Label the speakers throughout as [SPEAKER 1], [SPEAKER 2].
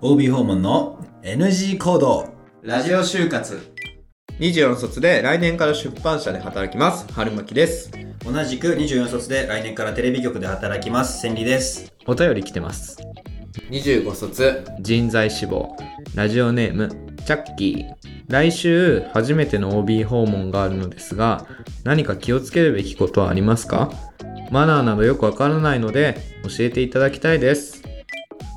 [SPEAKER 1] OB 訪問の NG 行動
[SPEAKER 2] ラジオ就活
[SPEAKER 3] 24卒で来年から出版社で働きます春巻です
[SPEAKER 1] 同じく24卒で来年からテレビ局で働きます千里です
[SPEAKER 4] お便り来てます
[SPEAKER 3] 25卒
[SPEAKER 4] 人材志望ラジオネームチャッキー来週初めての OB 訪問があるのですが何か気をつけるべきことはありますかマナーなどよくわからないので教えていただきたいです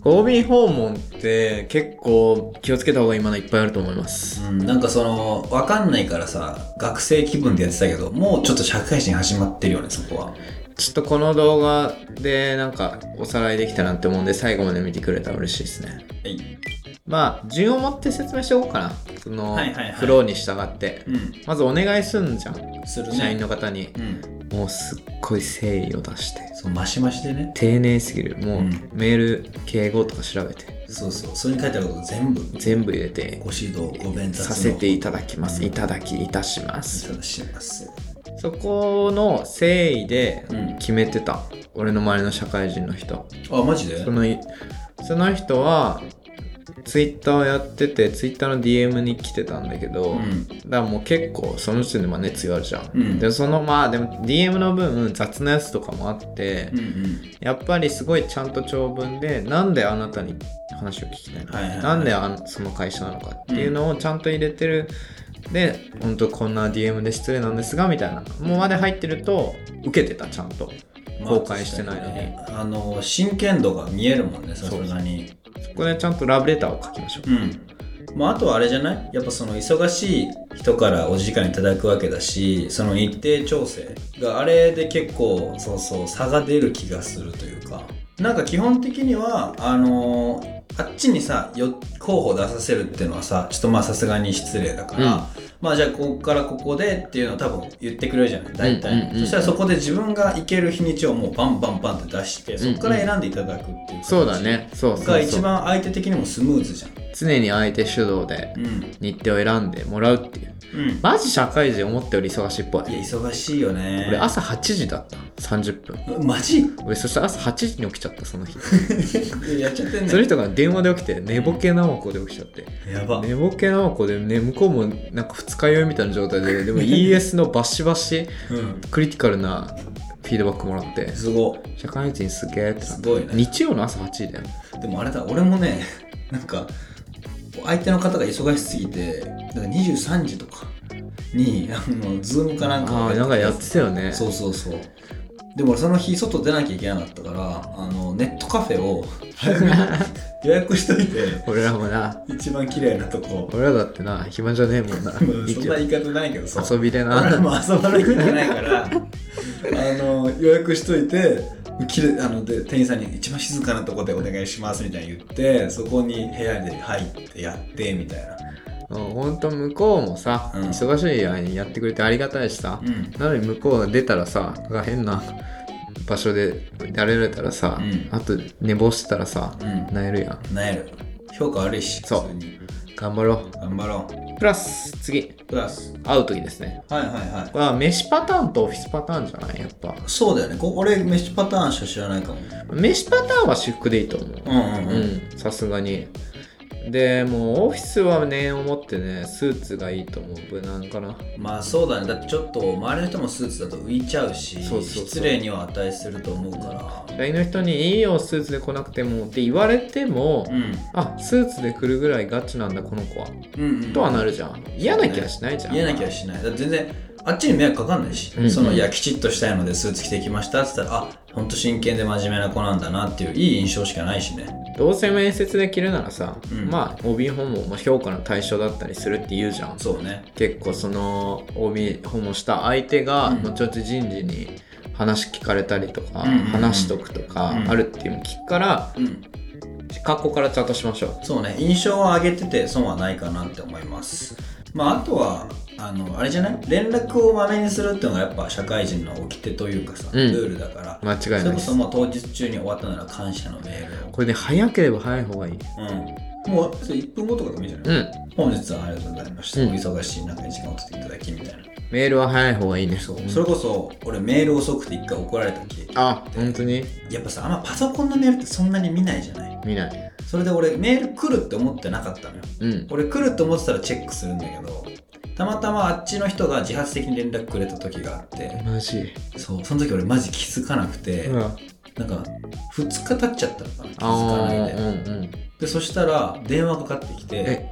[SPEAKER 3] OB 訪問って結構気をつけた方がいいマナーいっぱいあると思います
[SPEAKER 1] うんなんかその分かんないからさ学生気分でやってたけどもうちょっと社会人始まってるよねそこは
[SPEAKER 3] ちょっとこの動画でなんかおさらいできたなって思うんで最後まで見てくれたら嬉しいですね
[SPEAKER 1] はい
[SPEAKER 3] まあ順を持って説明しておこうかなその、
[SPEAKER 1] はいはいはい
[SPEAKER 3] フローに従って
[SPEAKER 1] うん
[SPEAKER 3] まずお願いすんじゃん
[SPEAKER 1] するね
[SPEAKER 3] 社員の方に
[SPEAKER 1] うん
[SPEAKER 3] もうすっごい誠意を出して
[SPEAKER 1] そうマシマシでね
[SPEAKER 3] 丁寧すぎるもう、
[SPEAKER 1] うん
[SPEAKER 3] メール敬語とか調べて
[SPEAKER 1] そうそうそれに書いてあること全部
[SPEAKER 3] 全部入れて
[SPEAKER 1] ご指導ご鞭撻の
[SPEAKER 3] させていただきます、
[SPEAKER 1] うん
[SPEAKER 3] いただきいたしま
[SPEAKER 1] い
[SPEAKER 3] す
[SPEAKER 1] ただきます
[SPEAKER 3] そこの誠意で
[SPEAKER 1] うん
[SPEAKER 3] 決めてた、俺の周りの社会人の人
[SPEAKER 1] あマジで
[SPEAKER 3] そのその人はツイッターをやっててツイッターの DM に来てたんだけど、
[SPEAKER 1] うん
[SPEAKER 3] だからもう結構その時点でまあ熱強あるじゃん、
[SPEAKER 1] うん
[SPEAKER 3] でそのまあでも DM の分雑なやつとかもあって、
[SPEAKER 1] うんうん
[SPEAKER 3] やっぱりすごいちゃんと長文でなんであなたに話を聞きたいのか、
[SPEAKER 1] はいはいはい
[SPEAKER 3] なんであんその会社なのかっていうのをちゃんと入れてる、で本当こんな DM で失礼なんですがみたいなもうまで入ってると受けてたちゃんと
[SPEAKER 1] まあ
[SPEAKER 3] 公開してないのに、
[SPEAKER 1] 確かねあの真剣度が見えるもんねさすがに
[SPEAKER 3] そこでちゃんとラブレターを書きましょう、
[SPEAKER 1] うんまあ、あとはあれじゃないやっぱその忙しい人からお時間いただくわけだしその日程調整があれで結構そうそう差が出る気がするというかなんか基本的にはあのーあっちにさよ候補を出させるっていうのはさちょっとまあさすがに失礼だから、
[SPEAKER 3] うん
[SPEAKER 1] まあじゃあここからここでっていうのを多分言ってくれるじゃない大体、
[SPEAKER 3] うんうんうん
[SPEAKER 1] そしたらそこで自分が行ける日にちをもうバンバンバンって出してそこから選んでいただくっていう感じ
[SPEAKER 3] そうだねそうそ
[SPEAKER 1] が
[SPEAKER 3] う
[SPEAKER 1] 一
[SPEAKER 3] そう
[SPEAKER 1] 番相手的にもスムーズじゃん
[SPEAKER 3] 常に相手主導で
[SPEAKER 1] うん
[SPEAKER 3] 日程を選んでもらうっていう
[SPEAKER 1] うん
[SPEAKER 3] マジ社会人思ったより忙しいっぽい
[SPEAKER 1] いや忙しいよね
[SPEAKER 3] 俺朝8時だった30分
[SPEAKER 1] マジ
[SPEAKER 3] 俺そしたら朝8時に起きちゃったその日
[SPEAKER 1] やっちゃってんね
[SPEAKER 3] その人が電話で起きて寝ぼけなまこで起きちゃって
[SPEAKER 1] やば、
[SPEAKER 3] 寝ぼけなまこで、ね、向こうもなんか二日酔いみたいな状態で でも ES のバシバシ
[SPEAKER 1] うん
[SPEAKER 3] クリティカルなフィードバックもらって
[SPEAKER 1] すご
[SPEAKER 3] 社会人すげえってなっ
[SPEAKER 1] す
[SPEAKER 3] て
[SPEAKER 1] ごいね
[SPEAKER 3] 日曜の朝8時だよ
[SPEAKER 1] でもあれだ俺もねなんか相手の方が忙しすぎてなんか23時とかにあのズームかなんか
[SPEAKER 3] ああなんかやってたよね
[SPEAKER 1] そうそうそうでも俺その日外出なきゃいけなかったからあのネットカフェ を早めに予約しといて
[SPEAKER 3] 俺らもな
[SPEAKER 1] 一番綺麗なと こ
[SPEAKER 3] 俺らだってな暇じゃね えもんな
[SPEAKER 1] まあそんな言い方ないけどさ
[SPEAKER 3] 遊び で
[SPEAKER 1] 俺ら
[SPEAKER 3] な
[SPEAKER 1] も遊ばなきゃいけないから あの予約しといてきれあので店員さんに一番静かなとこでお願いしますみたいに言ってそこに部屋で入ってやってみたいな
[SPEAKER 3] うんほんと向こうもさ、
[SPEAKER 1] うん
[SPEAKER 3] 忙しい間にやってくれてありがたいしさ、
[SPEAKER 1] うん
[SPEAKER 3] なのに向こうが出たらさが変な場所でやられたらさ、
[SPEAKER 1] うん
[SPEAKER 3] あと寝坊してたらさ、
[SPEAKER 1] うん
[SPEAKER 3] なえるやん
[SPEAKER 1] なえる評価悪いし
[SPEAKER 3] そう
[SPEAKER 1] 普通に
[SPEAKER 3] 頑張ろ
[SPEAKER 1] 頑張ろ
[SPEAKER 3] うプラス次
[SPEAKER 1] うプラス
[SPEAKER 3] 会う時ですね
[SPEAKER 1] はいはいはい
[SPEAKER 3] これは飯パターンとオフィスパターンじゃないやっぱ
[SPEAKER 1] そうだよねこ俺飯パターンしか知らないかも
[SPEAKER 3] 飯パターンは私服でいいと思う
[SPEAKER 1] うんうんうん
[SPEAKER 3] うんさすがにでもうオフィスは念を持ってねスーツがいいと思う無難かな
[SPEAKER 1] まあそうだねだってちょっと周りの人もスーツだと浮いちゃうし
[SPEAKER 3] そうそうそう
[SPEAKER 1] 失礼には値すると思うから
[SPEAKER 3] LINE の人に「いいよスーツで来なくても」って言われても、
[SPEAKER 1] うん
[SPEAKER 3] あスーツで来るぐらいガチなんだこの子は、
[SPEAKER 1] うんうん
[SPEAKER 3] とはなるじゃん嫌な気はしないじゃん
[SPEAKER 1] 嫌な気はしないだって全然あっちに迷惑かかんないし、
[SPEAKER 3] うんうん
[SPEAKER 1] そのいやきちっとしたいのでスーツ着てきましたっつったらあほんと真剣で真面目な子なんだなっていういい印象しかないしね
[SPEAKER 3] どうせ面接で着るならさ、
[SPEAKER 1] うん
[SPEAKER 3] まあ OB 訪問も評価の対象だったりするって言うじゃん
[SPEAKER 1] そうね
[SPEAKER 3] 結構その OB 訪問した相手が
[SPEAKER 1] うん
[SPEAKER 3] 後々人事に話聞かれたりとか、
[SPEAKER 1] うんうんうん
[SPEAKER 3] 話しとくとか
[SPEAKER 1] うん
[SPEAKER 3] あるっていうの聞くから
[SPEAKER 1] うん
[SPEAKER 3] 格好からちゃんとしましょう
[SPEAKER 1] そうね印象を上げてて損はないかなって思いますまああとはあのあれじゃない連絡をまめにするっていうのがやっぱ社会人の掟というかさ、
[SPEAKER 3] うん
[SPEAKER 1] ルールだから
[SPEAKER 3] 間違い
[SPEAKER 1] そ
[SPEAKER 3] な
[SPEAKER 1] れ
[SPEAKER 3] いで
[SPEAKER 1] こ
[SPEAKER 3] す
[SPEAKER 1] そもう当日中に終わったなら感謝のメールを
[SPEAKER 3] これね早ければ早い方がいい
[SPEAKER 1] うんもうそれ1分後とかでもいいじゃない、
[SPEAKER 3] うん
[SPEAKER 1] 本日はありがとうございました、
[SPEAKER 3] うん
[SPEAKER 1] お忙しい中に時間を取っていただきみたいな
[SPEAKER 3] メールは早い方がいいねそう
[SPEAKER 1] それこそ俺メール遅くて一回怒られたっけ
[SPEAKER 3] あ本当に
[SPEAKER 1] やっぱさあんまパソコンのメールってそんなに見ないじゃない
[SPEAKER 3] 見ない
[SPEAKER 1] それで俺メール来るって思ってなかったのよ
[SPEAKER 3] うん
[SPEAKER 1] 俺来ると思ってたらチェックするんだけどたまたまあっちの人が自発的に連絡くれた時があって
[SPEAKER 3] マジ
[SPEAKER 1] そうその時俺マジ気づかなくて、
[SPEAKER 3] うんあ
[SPEAKER 1] なんか2日経っちゃったのかな気づかない
[SPEAKER 3] あ
[SPEAKER 1] で、
[SPEAKER 3] うんうん
[SPEAKER 1] でそしたら電話かかってきて
[SPEAKER 3] え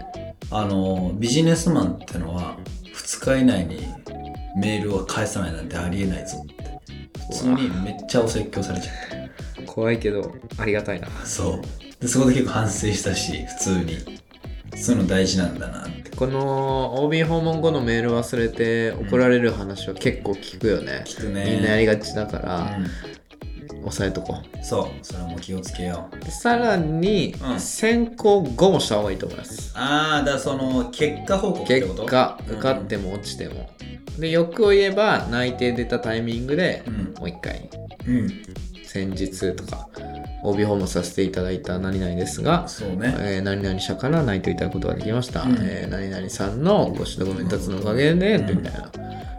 [SPEAKER 1] あのビジネスマンってのは2日以内にメールは返さないなんてありえないぞって普通にめっちゃお説教されちゃっ
[SPEAKER 3] 怖いけどありがたいな
[SPEAKER 1] たそうでそこで結構反省したし普通にそういうの大事なんだなって
[SPEAKER 3] この OB 訪問後のメール忘れて怒られる話は結構聞くよね、
[SPEAKER 1] 聞くね
[SPEAKER 3] みんなやりがちだから、押さえとこ
[SPEAKER 1] うん、そうそれはもう気をつけよう
[SPEAKER 3] うでさらに、
[SPEAKER 1] うん
[SPEAKER 3] 選考後もした方がいいと思います
[SPEAKER 1] ああだからその結果報告って
[SPEAKER 3] 結
[SPEAKER 1] こと
[SPEAKER 3] 果受かっても落ちても、で欲を言えば内定出たタイミングで、
[SPEAKER 1] うん
[SPEAKER 3] もう一回
[SPEAKER 1] うん
[SPEAKER 3] 先日とか OB 訪問させていただいた何々ですが
[SPEAKER 1] そうね、
[SPEAKER 3] えー何々社から内定いただくことができました、
[SPEAKER 1] うん
[SPEAKER 3] えー何々さんのご指導ご面達のおかげで、
[SPEAKER 1] うん
[SPEAKER 3] みたいな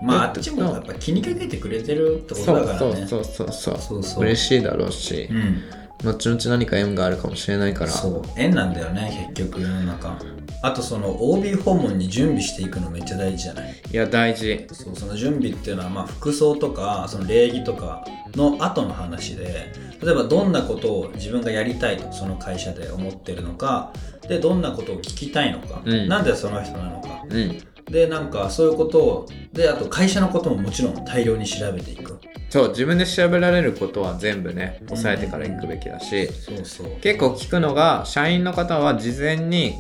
[SPEAKER 1] まああっちもやっぱ気にかけてくれてるってこと
[SPEAKER 3] そ
[SPEAKER 1] だ
[SPEAKER 3] う
[SPEAKER 1] からね
[SPEAKER 3] そうそうそうそう
[SPEAKER 1] そうそう
[SPEAKER 3] 嬉しいだろうし、
[SPEAKER 1] うん
[SPEAKER 3] 後々何か縁があるかもしれないから
[SPEAKER 1] そう縁なんだよね結局世の中あとその OB 訪問に準備していくのめっちゃ大事じゃない
[SPEAKER 3] いや大事
[SPEAKER 1] そうその準備っていうのはまあ服装とかその礼儀とかの後の話で例えばどんなことを自分がやりたいとその会社で思ってるのかでどんなことを聞きたいのか、
[SPEAKER 3] うん
[SPEAKER 1] なんでその人なのか
[SPEAKER 3] うん
[SPEAKER 1] でなんかそういうことをであと会社のことももちろん大量に調べていく
[SPEAKER 3] そう自分で調べられることは全部ね抑えてから行くべきだし、
[SPEAKER 1] そうそう
[SPEAKER 3] 結構聞くのが社員の方は事前に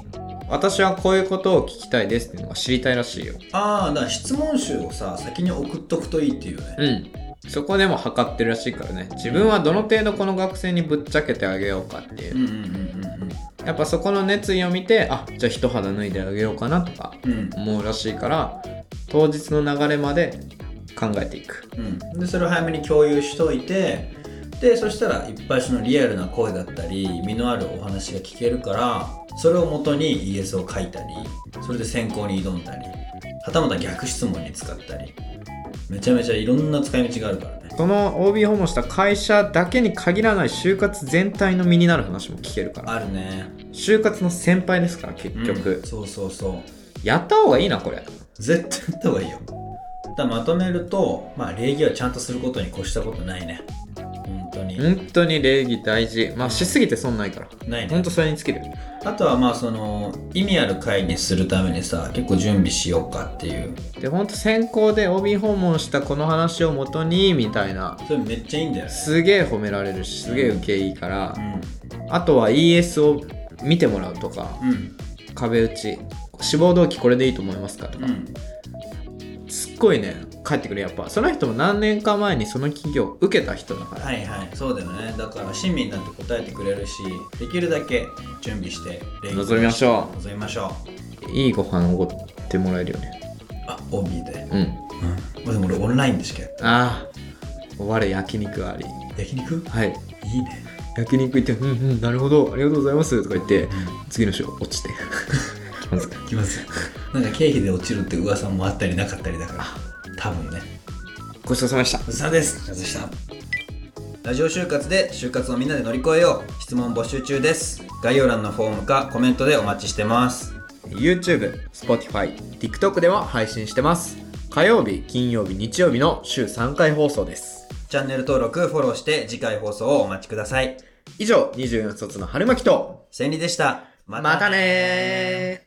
[SPEAKER 3] 私はこういうことを聞きたいですっていうのが知りたいらしいよ
[SPEAKER 1] ああだから質問集をさ先に送っとくといいっていうね、
[SPEAKER 3] うんそこでも測ってるらしいからね自分はどの程度この学生にぶっちゃけてあげようかっていううん
[SPEAKER 1] うんうん
[SPEAKER 3] やっぱそこの熱意を見てあじゃあ一肌脱いであげようかなとか
[SPEAKER 1] うんうん
[SPEAKER 3] 思うらしいから当日の流れまで考えていく
[SPEAKER 1] うん、でそれを早めに共有しといてでそしたらいっぱいそのリアルな声だったり身のあるお話が聞けるからそれを元にイエスを書いたりそれで選考に挑んだりはたまた逆質問に使ったりめちゃめちゃいろんな使い道があるからね
[SPEAKER 3] その OB 訪問した会社だけに限らない就活全体の身になる話も聞けるから
[SPEAKER 1] あるね
[SPEAKER 3] 就活の先輩ですから結
[SPEAKER 1] うん
[SPEAKER 3] 局、
[SPEAKER 1] そうそうそう
[SPEAKER 3] やった方がいいなこれ
[SPEAKER 1] 絶対やった方がいいよだからまとめると、まあ、礼儀はちゃんとすることに越したことないね本当に
[SPEAKER 3] 本当に礼儀大事まあしすぎて損ないから
[SPEAKER 1] ないね
[SPEAKER 3] 本当それに尽きる
[SPEAKER 1] あとはまあその意味ある会にするためにさ結構準備しようかっていう
[SPEAKER 3] で本当選考で OB 訪問したこの話をもとにみたいな
[SPEAKER 1] それめっちゃいいんだよね
[SPEAKER 3] すげえ褒められるしすげえ受けいいから
[SPEAKER 1] う
[SPEAKER 3] あとは ES を見てもらうとか
[SPEAKER 1] んうん
[SPEAKER 3] 壁打ち志望動機これでいいと思いますかとか、
[SPEAKER 1] うん
[SPEAKER 3] すっごいね帰ってくるやっぱその人も何年か前にその企業受けた人だから
[SPEAKER 1] はいはいそうだよねだから親身になって答えてくれるしできるだけ準備して礼儀
[SPEAKER 3] 臨みましょ
[SPEAKER 1] 臨みましょう
[SPEAKER 3] ういいご飯おごってもらえるよね
[SPEAKER 1] あ OB で、
[SPEAKER 3] うん
[SPEAKER 1] うん、でも俺オンラインでしかやっ
[SPEAKER 3] ああ我焼肉あり
[SPEAKER 1] た焼肉
[SPEAKER 3] はい
[SPEAKER 1] いいね
[SPEAKER 3] 焼肉行って「うんうんなるほどありがとうございます」とか言って次の週落ちて気まずく
[SPEAKER 1] きますよ なんか経費で落ちるって噂もあったりなかったりだから多分ね
[SPEAKER 3] ごちそうさまでした
[SPEAKER 1] うさですうさラジオ就活で就活をみんなで乗り越えよう質問募集中です概要欄のフォームかコメントでお待ちしてます
[SPEAKER 3] YouTube、Spotify、TikTok でも配信してます。火曜日、金曜日、日曜日の週3回放送です。
[SPEAKER 1] チャンネル登録フォローして次回放送をお待ちください
[SPEAKER 3] 以上、24卒の春巻きと、
[SPEAKER 1] 千里でした
[SPEAKER 3] またねー